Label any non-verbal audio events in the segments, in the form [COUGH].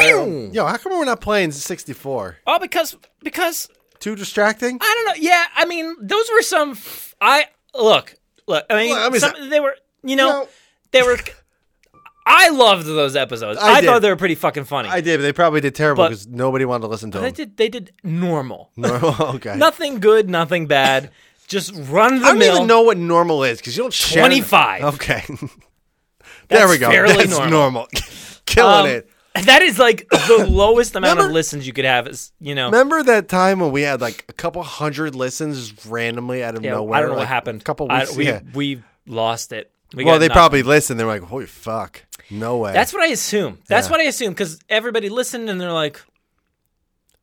know. How come we're not playing 64? Oh, because because Too distracting? I don't know. Yeah, I mean, those were some. F- I look, look. I mean, Well, I mean, some, they were. You know, No. they were. I loved those episodes. I I, did. thought they were pretty fucking funny. I did, but they probably did terrible But- because nobody wanted to listen to they them. did. They did [LAUGHS] normal. okay. Nothing good. Nothing bad. Just run the I don't mill. even know what normal is because you don't share. 25. Okay. [LAUGHS] there we go. fairly That's normal. [LAUGHS] normal. Killing Um, it. [LAUGHS] That is like [COUGHS] the lowest amount Remember- of listens you could have. Is you know. Remember that time when we had like a couple hundred listens just randomly out of Yeah, nowhere? I don't know like, what happened. A couple I- weeks. we yeah. we lost it. We Well, got they nothing. probably listened. They're like, "Holy fuck, no way." That's what I assume. That's Yeah. what I assume because everybody listened and they're like,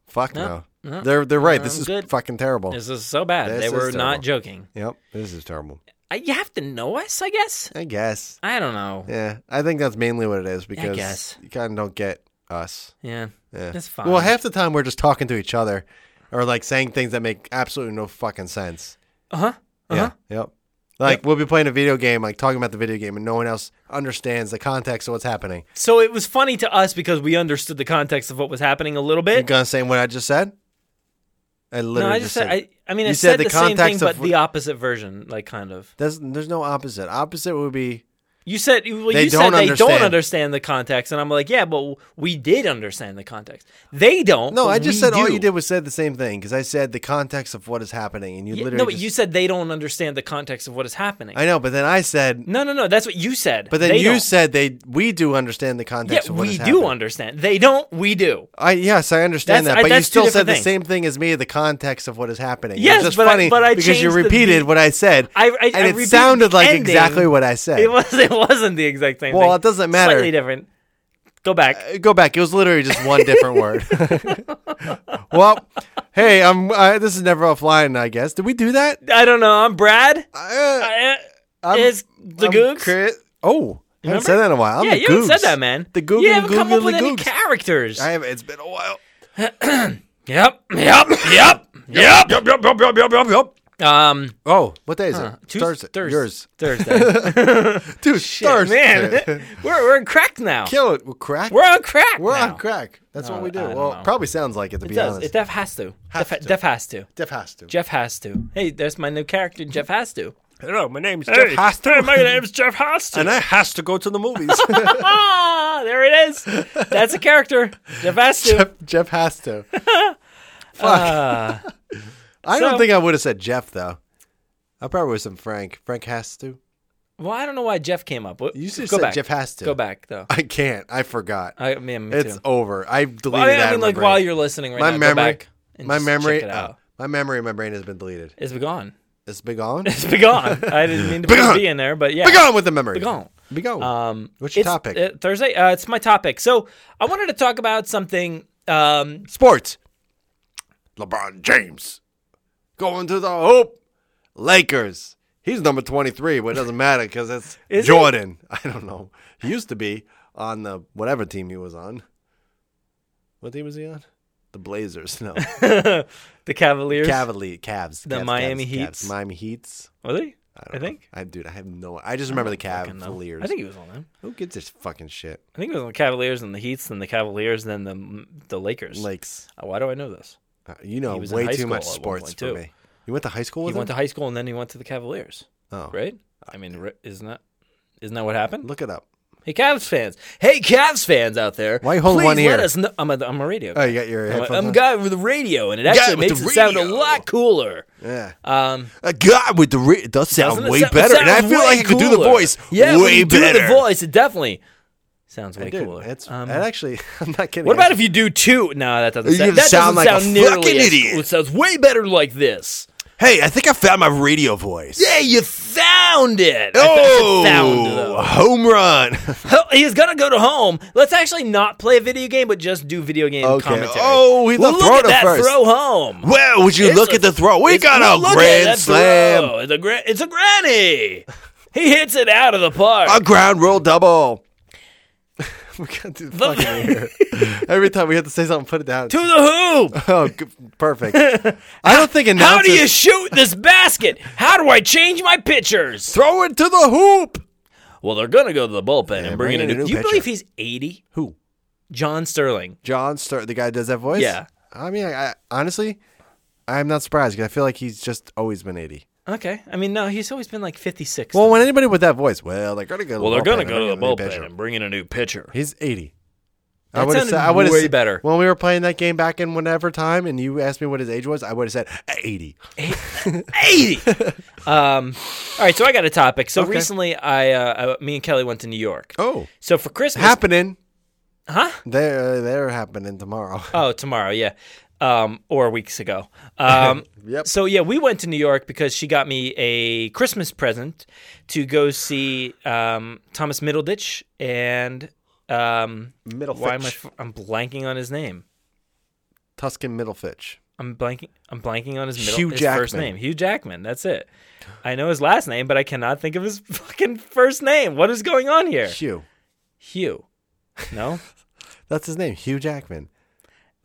fuck no. They're they're right. This I'm is good. fucking terrible. "This is so bad." This they is were not terrible. joking. yep, this is terrible. I, you have to know us, I guess. I guess. I don't know. Yeah, I think that's mainly what it is because guess. you kind of don't get us. Yeah, Yeah. that's fine. Well, half the time we're just talking to each other or like saying things that make absolutely no fucking sense. uh huh. Yeah. Yep. Like we'll be playing a video game, like talking about the video game, and no one else understands the context of what's happening. So it was funny to us because we understood the context of what was happening a little You bit. gonna say what I just said? I No, literally I just just said. said. I, I mean, You I said said, the the, same thing, context but of the opposite version, like kind of. there's, there's no opposite. Opposite would be You said well, They you don't said they understand. don't understand the context, and I'm like, yeah, but we did understand the context. They don't. no. but I just we said all do. you did was said the same thing because I said the context of what is happening, and you Yeah, literally. no, but just- you said they don't understand the context of what is happening. I know, but then I said. no, no, no. That's what you said. But then They you don't. said they we do understand the yeah, context of what we is do happening. understand. They don't. We do. I yes, I understand That's- that, I- but you that's two still said different the things. same thing as me, the context of what is happening. Yes, it's just but I- funny but I because you changed the- repeated what I said, I- I- and I it repeated sounded the like ending. exactly what I said. It [LAUGHS] was. It wasn't the exact same thing. Well, it doesn't matter. Slightly different. Go back. Go back. It was literally just one different word. [LAUGHS] well, hey, I'm. I, this is never offline. I guess. Did we do that? I don't know. I'm Brad. Uh, I, I'm- is the I'm Googs? Chris- Oh, I haven't Remember? said that in a while. I'm yeah, the you haven't said Googs. that, man. The Goog You and haven't come Googly up with any Googs. characters. I have. It's been a while. Yep. Yep. Yep. Yep. Yep. Yep. Yep. Yep. Yep. Yep. Um. Oh, what day is it? Tues- Thursday. Thurs- Yours. [LAUGHS] Thursday. Dude, Shit, [LAUGHS] man. we're we're cracked now. Kill it. We'll crack. We're on crack. We're now. Uh, on crack. That's what we do. I don't Well, know. probably sounds like it to It be does. honest. It def has to. Has def, to. def has to. Jeff has to. Jeff has to. Hey, that's my new character. Jeff has to. Hello, my name's Jeff has to, my name's Jeff has to. and I has to go to the movies. ah, [LAUGHS] there it is. That's a character. Jeff has to. [LAUGHS] Jeff, Jeff has [LAUGHS] to. Fuck. [LAUGHS] I don't Uh, so- think I would have said Jeff though. I probably would have said Frank. Frank has to. Well, I don't know why Jeff came up. What- You should have go said back. Jeff has to. Go back though. I can't. I forgot. I mean, me it's too. over. I deleted Uh, Well, I mean, that. I in mean my like brain. while you're listening right My now, memory- go back and my just memory, check it out. oh, my memory, in my brain has been deleted. It's begone. It's big [LAUGHS] on. It's begone. I didn't mean to put Begone. a B in there, but yeah, big on with the memory. Begone. Big on. Um, What's your it's, topic? Uh, Thursday. Uh, it's my topic. So I wanted to talk about something. Um, [LAUGHS] Sports. LeBron James going to the hoop. Lakers. He's number 23, but it doesn't matter because it's [LAUGHS] Is he? Jordan. I don't know. He used to be on the whatever team he was on. What team was he on? The Blazers. [LAUGHS] No. the Cavaliers. Cavalier. Cavs. The Cavs, Miami Cavs, Heats? Cavs. Miami Heats. Were they? don't I know. think. I dude, I have no. I just remember the Fucking no. Cavaliers. I think he was on them. who gets this fucking shit? I think it was on the Cavaliers and the Heats, then the Cavaliers, then the the Lakers. Lakes. Uh, Why do I know this? Uh, you know He was in way high too school much at one sports point, for too. me. You went to high school He with went to him? high school and then he went to the Cavaliers, oh, right? I mean, ri- isn't that isn't that what happened? look it up. Hey, Cavs fans! Hey, Cavs fans out there! Why you holding please one let ear? us know. I'm a, I'm a radio. Oh, you got your I'm, a, headphones I'm a on? guy with a radio, and it actually with makes the it sound a radio. lot cooler. Yeah. Um, A guy with the re- it does sound Doesn't it way sound- it better, and I sounds feel way like I could do the cooler. voice Yeah, when way you do better. the voice, it definitely sounds way I do. cooler. It's Um, that actually. [LAUGHS] I'm not kidding. what about if you do two? No, that doesn't You sound, that sound doesn't like a sound nearly fucking as idiot. cool. It sounds way better like this. Hey, I think I found my radio voice. Yeah, you found it. I th- I said found, Oh, though. home [LAUGHS] run. Hell, He's gonna go to home. Let's actually not play a video game, but just do video game Okay. commentary. Oh, he look thought throw at to that first. throw home. well, would you It's look a- at the throw? We It's- got look a at grand that slam, throw. It's a, gra- it's a granny. he hits it out of the park. a ground roll [LAUGHS] double. [LAUGHS] we got to fucking here. Every time we have to say something, put it down. [LAUGHS] to the hoop. Oh, good, [LAUGHS] perfect. I don't think announcers How do you shoot this basket? How do I change my pitchers? throw it to the hoop. Well, they're gonna go to the bullpen and bring bring in in a a new. new Do you pitcher. believe he's eighty? Who? John Sterling. John Stern, the guy that does that voice. Yeah. I mean, I, I honestly, I'm not surprised because I feel like he's just always been 80. Okay. I mean, no, he's always been like 56. Well, when anybody with that voice, well, they're gonna go. Well, they're bullpen, going to go to the gonna get a new bullpen pitcher. and bring in a new pitcher. He's 80. That would've sounded said- would've way said- better. When we were playing that game back in whatever time, and you asked me what his age was, I would have said uh, 80. 80. [LAUGHS] um, all right, so I got a topic. So Okay. recently, I, uh, I, me and Kelly went to New York. Oh, So for Christmas, happening. huh? They're uh, they're happening tomorrow. [LAUGHS] Oh, tomorrow, yeah, um, or weeks [LAUGHS] ago. Um, Yep. So yeah, we went to New York because she got me a Christmas present to go see um, Thomas Middleditch and um, Middlefitch. why am I? f- I'm blanking on his name. Tuscan Middlefitch. I'm blanking. I'm blanking on his middle. Hugh his first Jackman. name. Hugh Jackman. That's it. I know his last name, but I cannot think of his [LAUGHS] fucking first name. What is going on here? Hugh. Hugh. No. That's his name. Hugh Jackman.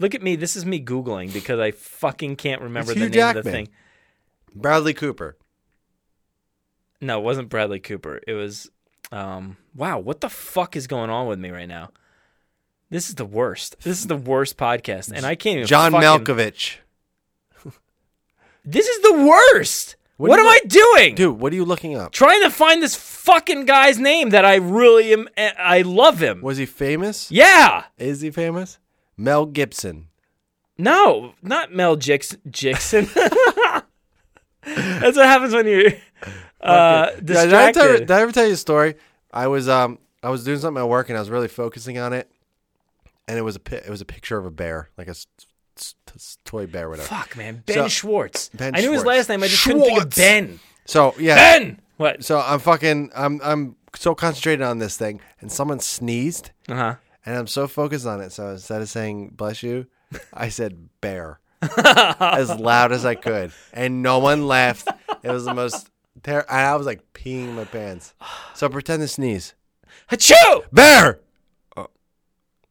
Look at me. This is me googling because I fucking can't remember It's the Hugh name of the Jackman. thing. Bradley Cooper. No, it wasn't Bradley Cooper. It was. Um. Wow. What the fuck is going on with me right now? This is the worst. This is the worst podcast, and I can't even. John fucking- Malkovich. This is the worst. What, What do am you I doing? Dude, what are you looking up? trying to find this fucking guy's name that I really am. I love him. Was he famous? Yeah. Is he famous? Mel Gibson. No, not Mel Jix- [LAUGHS] Jixon. That's what happens when you're Yeah, uh, Did I, distracted. ever tell, did I ever tell you a story? I was um I was doing something at work and I was really focusing on it, and it was a pi- it was a picture of a bear, like a s- s- s- toy bear, or whatever. Fuck, man. Ben Schwartz. Ben I knew his Schwartz. last name. I just couldn't think of Schwartz. Ben. So yeah, Ben! What? so I'm fucking I'm I'm so concentrated on this thing, and someone sneezed, Uh huh. and I'm so focused on it. So instead of saying bless you, I said bear as loud as I could, and no one laughed. It was the most. Ter- and I was like peeing my pants. So pretend to sneeze. Hachoo! Bear.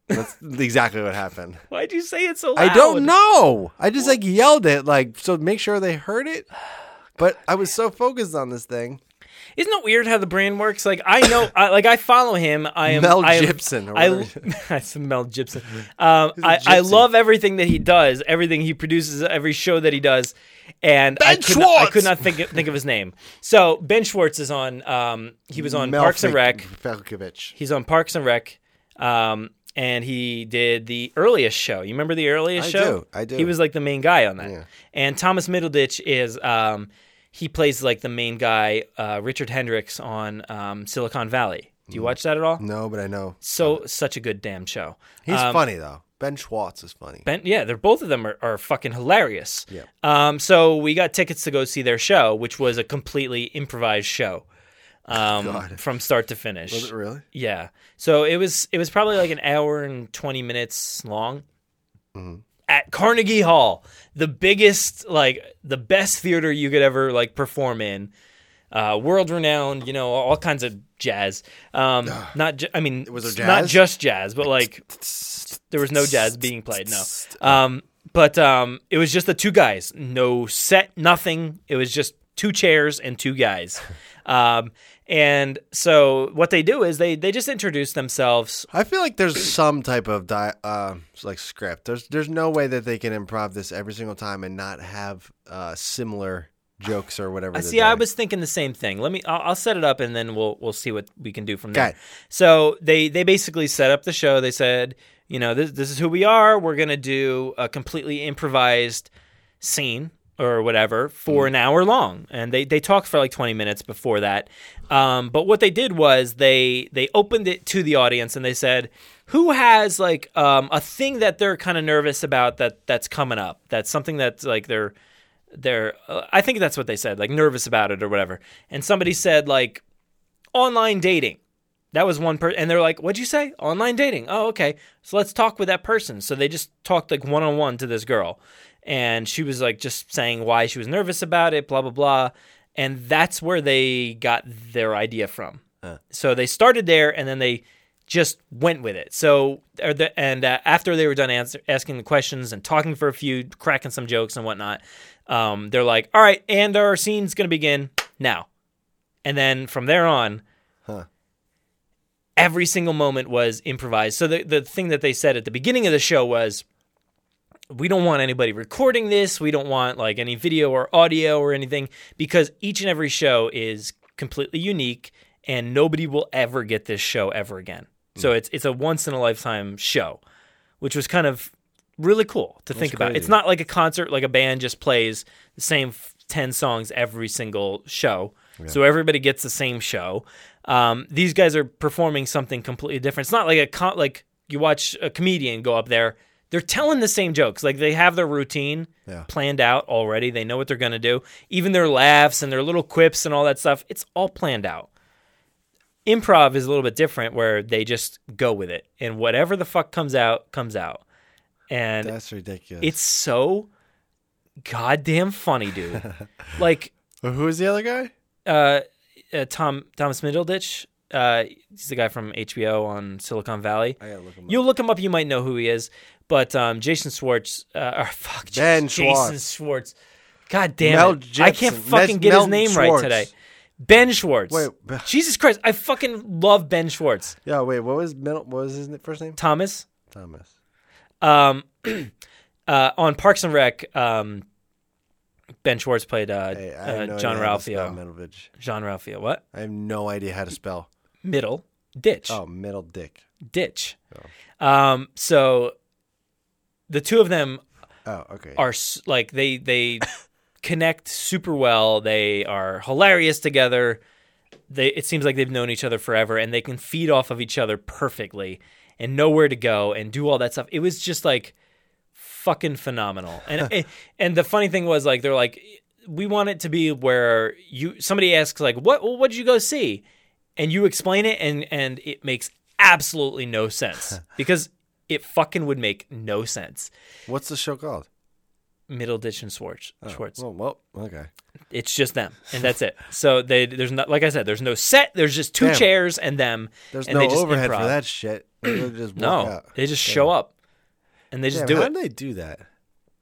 That's exactly what happened. Why'd you say it so loud? I don't know. I just like yelled it, like so make sure they heard it. But I was so focused on this thing. Isn't it weird how the brain works? Like I know, I, like I follow him. I am Mel I am- Gibson or I, whatever. [LAUGHS] that's [LAUGHS] Mel Gibson. Um, a I, I gypsy. love everything that he does, everything he produces, every show that he does, and I Ben could, not, I Schwartz! could not think of, think of his name. So Ben Schwartz is on. Um, he was on Parks and Rec. Falkovich. He's on Parks and Rec, um, and he did the earliest show. You remember the earliest I show? do, I do. He was like the main guy on that. And Thomas Middleditch is um, he plays like the main guy, uh, Richard Hendricks on um, Silicon Valley. Do you watch that at all? Mm. No, but I know. So such a good damn show. He's Um, funny though. Ben Schwartz is funny. Ben, yeah, they're both of them are, are fucking hilarious. Yeah. Um, so we got tickets to go see their show, which was a completely improvised show, um, God. from start to finish. was it really? Yeah. So it was it was probably like an hour and 20 minutes long. At Carnegie Hall, the biggest like the best theater you could ever like perform in. Uh, world renowned, you know, all kinds of jazz. Um, not, ju- I mean, Was there s- not jazz? just jazz, but like there was no jazz being played. No, um, but um, it was just the two guys, no set, nothing. It was just two chairs and [LAUGHS] two guys. Um, and so what they do is they they just introduce themselves. I feel like there's some type of di- uh, like script. There's there's no way that they can improv this every single time and not have uh, similar jokes or whatever. I they're see. I doing. was thinking the same thing. Let me. I'll, I'll set it up, and then we'll we'll see what we can do from there. Okay. So they they basically set up the show. They said, you know, this this is who we are. We're gonna do a completely improvised scene or whatever for an hour long, and they they talked for like twenty minutes before that. Um, but what they did was they they opened it to the audience, and they said, who has like um, a thing that they're kind of nervous about that that's coming up? That's something that's like they're they're uh, I think that's what they said, like nervous about it or whatever. And somebody said like online dating. That was one person, and they're like, "What'd you say? Online dating? Oh, okay. So let's talk with that person." So they just talked like one on one to this girl, and she was like just saying why she was nervous about it, blah blah blah, and that's where they got their idea from. So they started there, and then they just went with it. So or the, and uh, after they were done answer, asking the questions and talking for a few, cracking some jokes and whatnot, um, they're like, "All right, and our scene's gonna begin now," and then from there on every single moment was improvised. So the, the thing that they said at the beginning of the show was we don't want anybody recording this. We don't want like any video or audio or anything because each and every show is completely unique and nobody will ever get this show ever again. So it's it's a once in a lifetime show, which was kind of really cool to think about. crazy. It's not like a concert like a band just plays the same f- 10 songs every single show. So everybody gets the same show. Um, these guys are performing something completely different. It's not like a con- like you watch a comedian go up there. They're telling the same jokes. Like they have their routine Yeah. planned out already. They know what they're going to do. Even their laughs and their little quips and all that stuff, it's all planned out improv is a little bit different where they just go with it and whatever the fuck comes out comes out and That's ridiculous. it's so goddamn funny [LAUGHS] dude like Who was the other guy? uh, uh tom thomas middleditch uh he's the guy from hbo on silicon valley I gotta look him up. you'll look him up you might know who he is but um jason schwartz uh [LAUGHS] or fuck Jas- Ben jason Schwartz. schwartz god damn Mel it i can't Gibson. fucking Mes- get Mel his name right Schwartz. today ben schwartz Wait. jesus christ i fucking love ben schwartz Yeah, wait. What was middle? What was his n- first name? thomas Thomas. Um, [CLEARS THROAT] uh, on Parks and Rec, um, Ben Schwartz played uh, Hey, I have uh, no John idea how to spell Ralphio. Middleditch. John Ralphio, what? I have no idea how to spell. Middle ditch, Oh, middle dick. ditch. Um, so the two of them Oh, okay. are s- like they they connect super well. They are hilarious together. They it seems like they've known each other forever, and they can feed off of each other perfectly, and know where to go and do all that stuff. It was just like fucking phenomenal. And and- and the funny thing was like they're like we want it to be where you somebody asks like what well, what did you go see, and you explain it and and it makes absolutely no sense because it fucking would make no sense. What's the show called? Middle ditch and Schwartz. Schwartz. Oh, well, okay. It's just them, and that's it. So they there's not like I said, there's no set. There's just two Damn. chairs and them. There's and no they just overhead improv. for that shit. They literally [CLEARS THROAT] just walk No, out. they just show up, and they just Damn, do how it. do they do that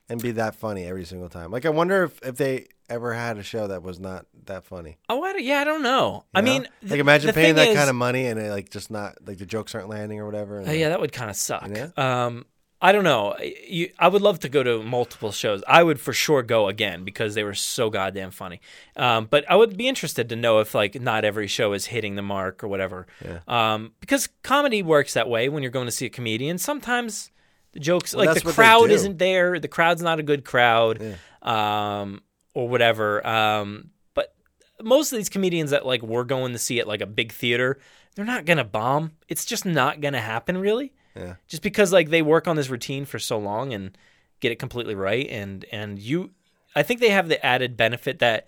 and be that funny every single time? Like, I wonder if, if they ever had a show that was not that funny. Oh, I don't- yeah, I don't know. I you know? mean, th- like, imagine the paying thing that is- kind of money and it, like just not like the jokes aren't landing or whatever. and Uh, then- yeah, that would kind of suck. Yeah. Um, I don't know. I- You, I would love to go to multiple shows. I would for sure go again because they were so goddamn funny. Um, but I would be interested to know if like not every show is hitting the mark or whatever. Um, because comedy works that way when you're going to see a comedian. Sometimes the jokes like that's the what they crowd do. isn't there. The crowd's not a good crowd. Um, or whatever. Um, but most of these comedians that like we're going to see at like a big theater, they're not gonna bomb. It's just not gonna happen, really. Yeah. Just because like they work on this routine for so long and get it completely right, and and you, I think they have the added benefit that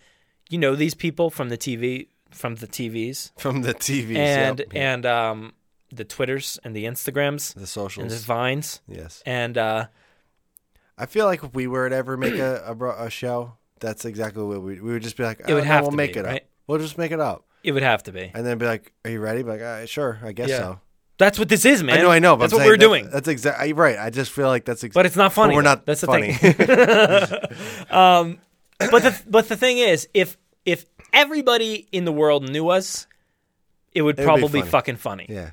you know these people from the TV from the TVs [LAUGHS] From the TV. and and um the Twitters and the Instagrams the and socials. the Vines yes. and uh I feel like if we were to ever make [CLEARS THROAT] a, a, bro- a show, that's exactly what we we would just be like. It would "Oh, no, have we'll to make be, it up. right? We'll just make it up, it would have to be. and then be like, "Are you ready?" Be like, uh, "Sure, I guess Yeah. so." That's what this is, man. I know, I know. But That's I'm what saying we're that- doing. That's exactly right. I just feel like that's exactly. But it's not funny. we're though. not That's the funny. thing. [LAUGHS] um, but the but the thing is, if if everybody in the world knew us, it would be probably funny. fucking funny. Yeah, yeah.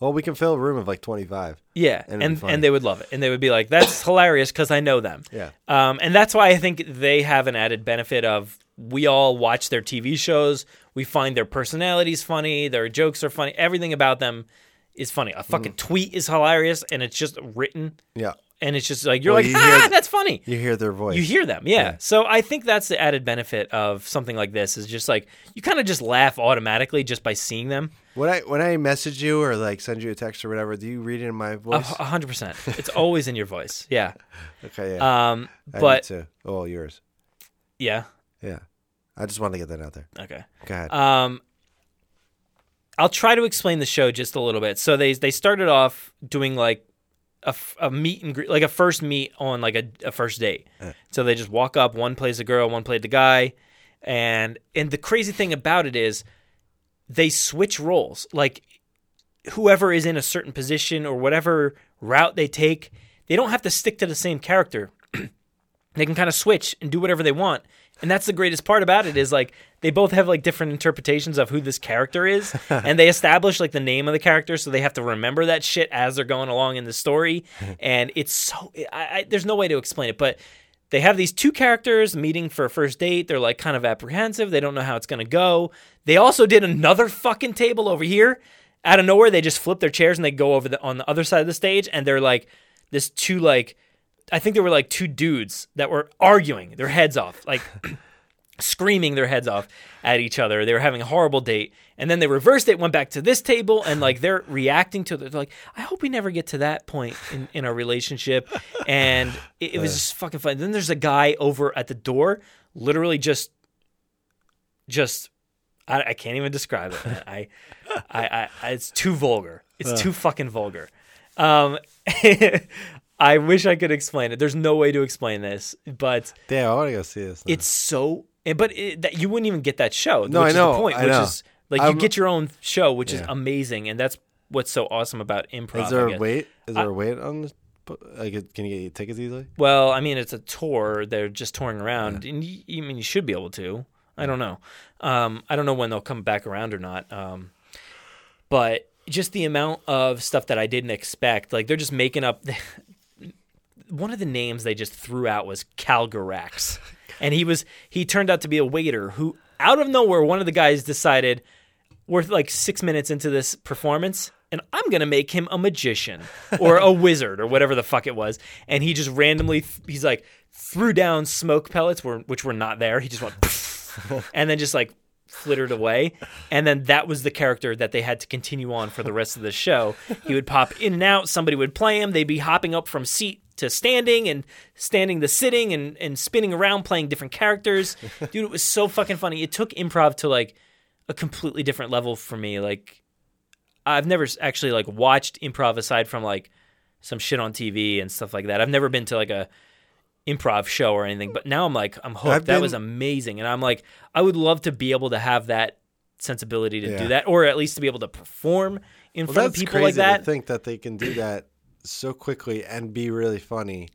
Well, we can fill a room of like 25. it'd and be and, funny. they would love it, and they would be [COUGHS] like, "That's hilarious" because I know them. Yeah. um, and that's why I think they have an added benefit of we all watch their TV shows, we find their personalities funny, their jokes are funny, everything about them is funny. A Mm. fucking tweet is hilarious, and it's just written, Yeah. and it's just like you're Well, like, you hear ah, th- that's funny. You hear their voice. You hear them, yeah. So I think that's the added benefit of something like this is just like you kind of just laugh automatically just by seeing them. when I when I message you or like send you a text or whatever, do you read it in my A voice? a hundred percent. It's always in your voice. [LAUGHS] Yeah. okay, yeah. Um. I do But too. Oh, yours. yeah. Yeah. I just wanted to get that out there. Okay. Go ahead. Um, I'll try to explain the show just a little bit. So they they started off doing like a, f- a meet and greet, like a first meet on like a, a first date. So they just walk up. One plays the girl, one played the guy, and and the crazy thing about it is they switch roles. Like whoever is in a certain position or whatever route they take, they don't have to stick to the same character. they can kind of switch and do whatever they want And that's the greatest part about it is like they both have like different interpretations of who this character is, and they establish like the name of the character, so they have to remember that shit as they're going along in the story. And it's so I, I, there's no way to explain it, but they have these two characters meeting for a first date. They're like kind of apprehensive. They don't know how it's going to go. They also did another fucking table over here. Out of nowhere, they just flip their chairs and they go over the, on the other side of the stage. And they're like, this two, like, I think there were like two dudes that were arguing their heads off, like screaming their heads off at each other. They were having a horrible date. And then they reversed it, went back to this table, and like they're reacting to it. They're like, I hope we never get to that point in, in our relationship. And it, it was just fucking fun. Then there's a guy over at the door, literally just, just, I, I can't even describe it. man. I, I, I, I, it's too vulgar. It's too fucking vulgar. Um, [LAUGHS] I wish I could explain it. There's no way to explain this, but Damn, I want to go see this. now. it's so and- but it, that you wouldn't even get that show No, which I is know, the point I which know. is like I'm- you get your own show which is Yeah. amazing and that's what's so awesome about is improv I there a guess. Uh, wait? Is there a wait on this? bu- Like, can you get tickets easily? well i mean it's a tour they're just touring around and you, you mean you should be able to i don't know um, i don't know when they'll come back around or not um, but just the amount of stuff that i didn't expect like they're just making up [LAUGHS] one of the names they just threw out was Calgarax. And he was he turned out to be a waiter who out of nowhere one of the guys decided we're like 6 minutes into this performance and I'm going to make him a magician or a [LAUGHS] wizard or whatever the fuck it was and he just randomly th- he's like threw down smoke pellets were, which were not there. He just went and then just like flittered away and then that was the character that they had to continue on for the rest of the show he would pop in and out somebody would play him they'd be hopping up from seat to standing and standing to sitting and, and spinning around playing different characters dude it was so fucking funny it took improv to like a completely different level for me like i've never s- actually like watched improv aside from like some shit on tv and stuff like that i've never been to like a improv show or anything but now i'm like i'm hooked I've that been- was amazing and i'm like i would love to be able to have that sensibility to Yeah. do that or at least to be able to perform in Well, front of that's people crazy like that to think that they can do that so quickly and be really funny,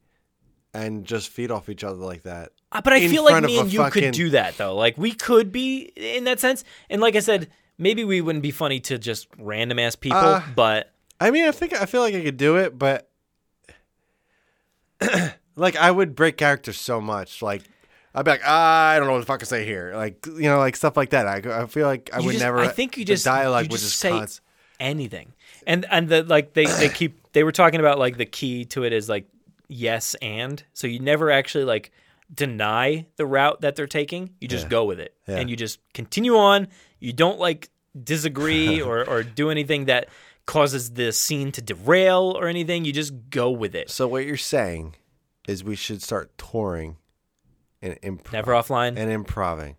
and just feed off each other like that. Uh, But I in feel like front me of a and you could fucking- do that though. Like we could be in that sense. And like I said, maybe we wouldn't be funny to just random ass people, Uh, but I mean, I think I feel like I could do it, but [CLEARS THROAT] like I would break character so much. Like I'd be like, ah, I don't know what the fuck to say here. Like you know, like stuff like that. I, I feel like I you would just- never. I think you the just dialogue you would just just say const- anything. And and the like they they keep they were talking about like the key to it is like yes and. So you never actually like deny the route that they're taking. You just Yeah. go with it. Yeah. And you just continue on. You don't like [LAUGHS] disagree or or do anything that causes the scene to derail or anything. You just go with it. So what you're saying is we should start touring and improv Never offline. and improving.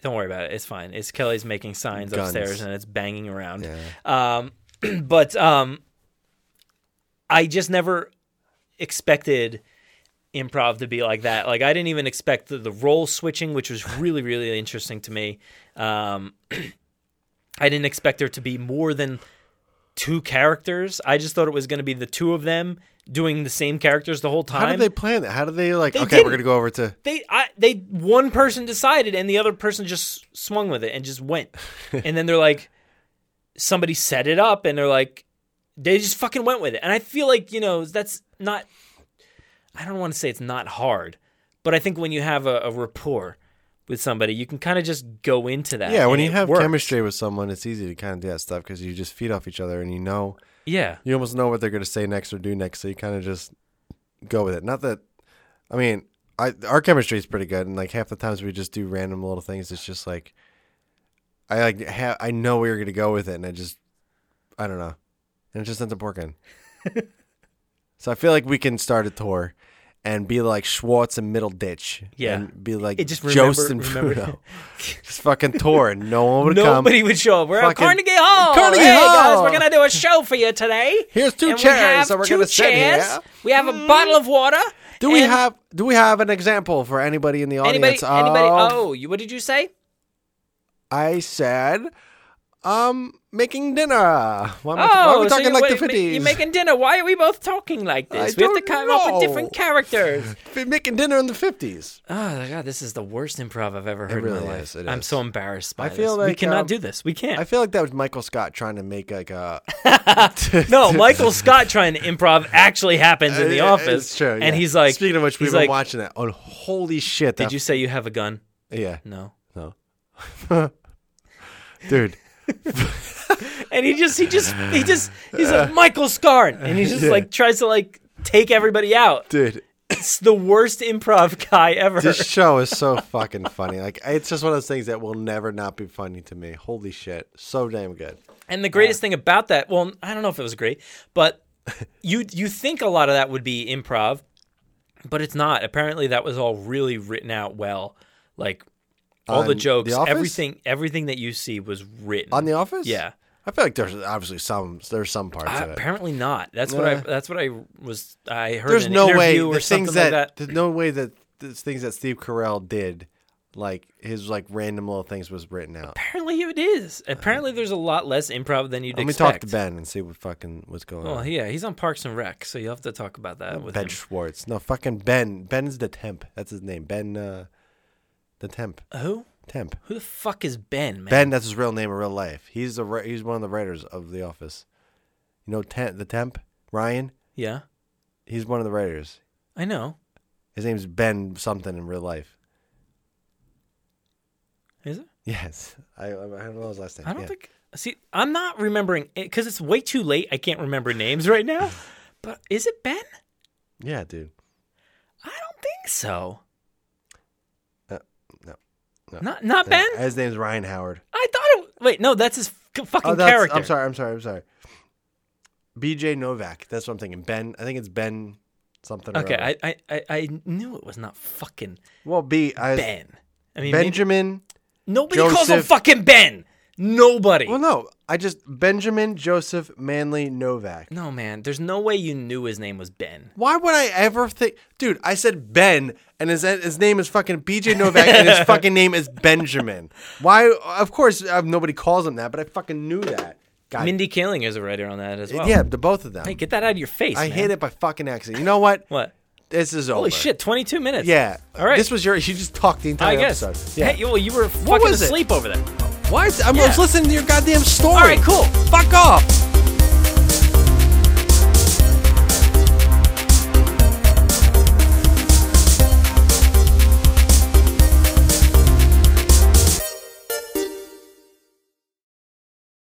Don't worry about it. It's fine. It's Kelly's making signs Guns. upstairs and it's banging around. Yeah. Um, [CLEARS THROAT] but um, I just never expected improv to be like that. Like I didn't even expect the, the role switching, which was really really interesting to me. Um, [CLEARS THROAT] I didn't expect there to be more than two characters. I just thought it was going to be the two of them doing the same characters the whole time. How did they plan that? How did they like? They okay, didn't. we're gonna go over to. they I, they one person decided and the other person just swung with it and [LAUGHS] just went and then they're like somebody set it up and they're like they just fucking went with it and i feel like you know that's not i don't want to say it's not hard but i think when you have a, a rapport with somebody you can kind of just go into that Yeah, when and you it have works. chemistry with someone, it's easy to kind of do that stuff because you just feed off each other and you know yeah you almost know what they're going to say next or do next, so you kind of just go with it. Not that, I mean, I our chemistry is pretty good, and like half the times we just do random little things. It's just like I like ha- I know where you're going to go with it, and I just I don't know, and it just ends up [LAUGHS] working. so I feel like we can start a tour and be like Schwartz and Middle Ditch, Yeah. and be like It just Jost and remember- remember- [LAUGHS] Bruno. just fucking tour, and no one would come. Nobody would show up. We're at Fucking- Carnegie Hall. Carnegie hey guys, Hall. we're gonna do a show for you today. Here's two And we chairs have that we're two gonna sit chairs. here. Mm. We have a bottle of water. Do we and- have do we have an example for anybody in the audience? Oh. Um, oh. Anybody? Anybody? of- Oh, you, what did you say? I said Um, making dinner. Why am I, why are Oh, we so talking you're, like wait, the ma- fifties? You're making dinner. Why are we both talking like this? I we have to don't come up know. with [LAUGHS] different characters. making dinner in the fifties. oh my god, this is the worst improv I've ever heard in really my life. is, it I'm is. so embarrassed by I this. feel we like, cannot um, do this. We can't. [LAUGHS] I feel like that was Michael Scott trying to make like a. [LAUGHS] no, Michael Scott trying to improv actually happens in the Uh, office. [LAUGHS] It's true. yeah. And he's like, speaking of which, we've he's been like, watching that. Oh, holy shit! Did you say you have a gun? you? Yeah. No. No. [LAUGHS] Dude. And he just, he just, he just, he's [LAUGHS] like Michael Scott, and he just Yeah. like tries to like take everybody [LAUGHS] out. Dude. It's the worst improv guy ever. This show is so fucking funny. Like it's just one of those things that will never not be funny to me. Holy shit. So damn good. And the greatest thing about that, well, I don't know if it was great, but you you think a lot of that would be improv, but it's not. Apparently, that was all really written out well. Like all the On The jokes, Office? everything everything that you see was written. On the office? yeah, I feel like there's obviously some there's some parts Uh, of it. apparently not. That's what I Yeah. that's what I was. I heard There's in no an way interview or the something things like that, that. there's no way that the things that Steve Carell did, like his like random little things was written out. Apparently, it is. Apparently, there's a lot less improv than you'd Uh, Let me expect. talk to Ben and see what fucking what's going Well, on. yeah, he's on Parks and Rec, so you'll have to talk about that with Ben him. Schwartz. No, fucking Ben. Ben's the temp. That's his name. Ben uh the temp. Who? Temp. Who the fuck is Ben, man? Ben, that's his real name in real life. He's the wri- he's one of the writers of The Office. You know, temp, the temp Ryan. Yeah, He's one of the writers. I know. His name's Ben something in real life. Is it? Yes, I I don't know his last name. I don't Yeah. think. See, I'm not remembering it because it's way too late. I can't remember names right [LAUGHS] now. But is it Ben? Yeah, dude. I don't think so. Uh, no, no. Uh, Not not No, Ben. His name's Ryan Howard. I thought it. Wait, no, that's his f- fucking Oh, that's, character. I'm sorry. I'm sorry. I'm sorry. B.J. Novak. That's what I'm thinking. Ben. I think it's Ben something. or Okay, other. I, I I I knew it was not fucking well, B. I, Ben. I mean, maybe- Benjamin. nobody calls him Joseph- fucking Ben. Nobody. Well, no. I just Benjamin Joseph Manley Novak. no, man. There's no way you knew his name was Ben. Why would I ever think, dude? I said Ben, and his his name is fucking B.J. Novak, and [LAUGHS] his fucking name is Benjamin. Why? Of course, uh, nobody calls him that, but I fucking knew that. God, Mindy Kaling is a writer on that as well. yeah, the both of them. Hey, get that out of your face. I man. hate it by fucking accident. You know what? [LAUGHS] What? This is over. Holy shit! 22 minutes. Yeah. All right. This was your. You just talked the entire I guess. episode. Hey, well, you were fucking was it? asleep over there. Why? Is, I'm Yeah. just listening to your goddamn story. All right, cool. Fuck off.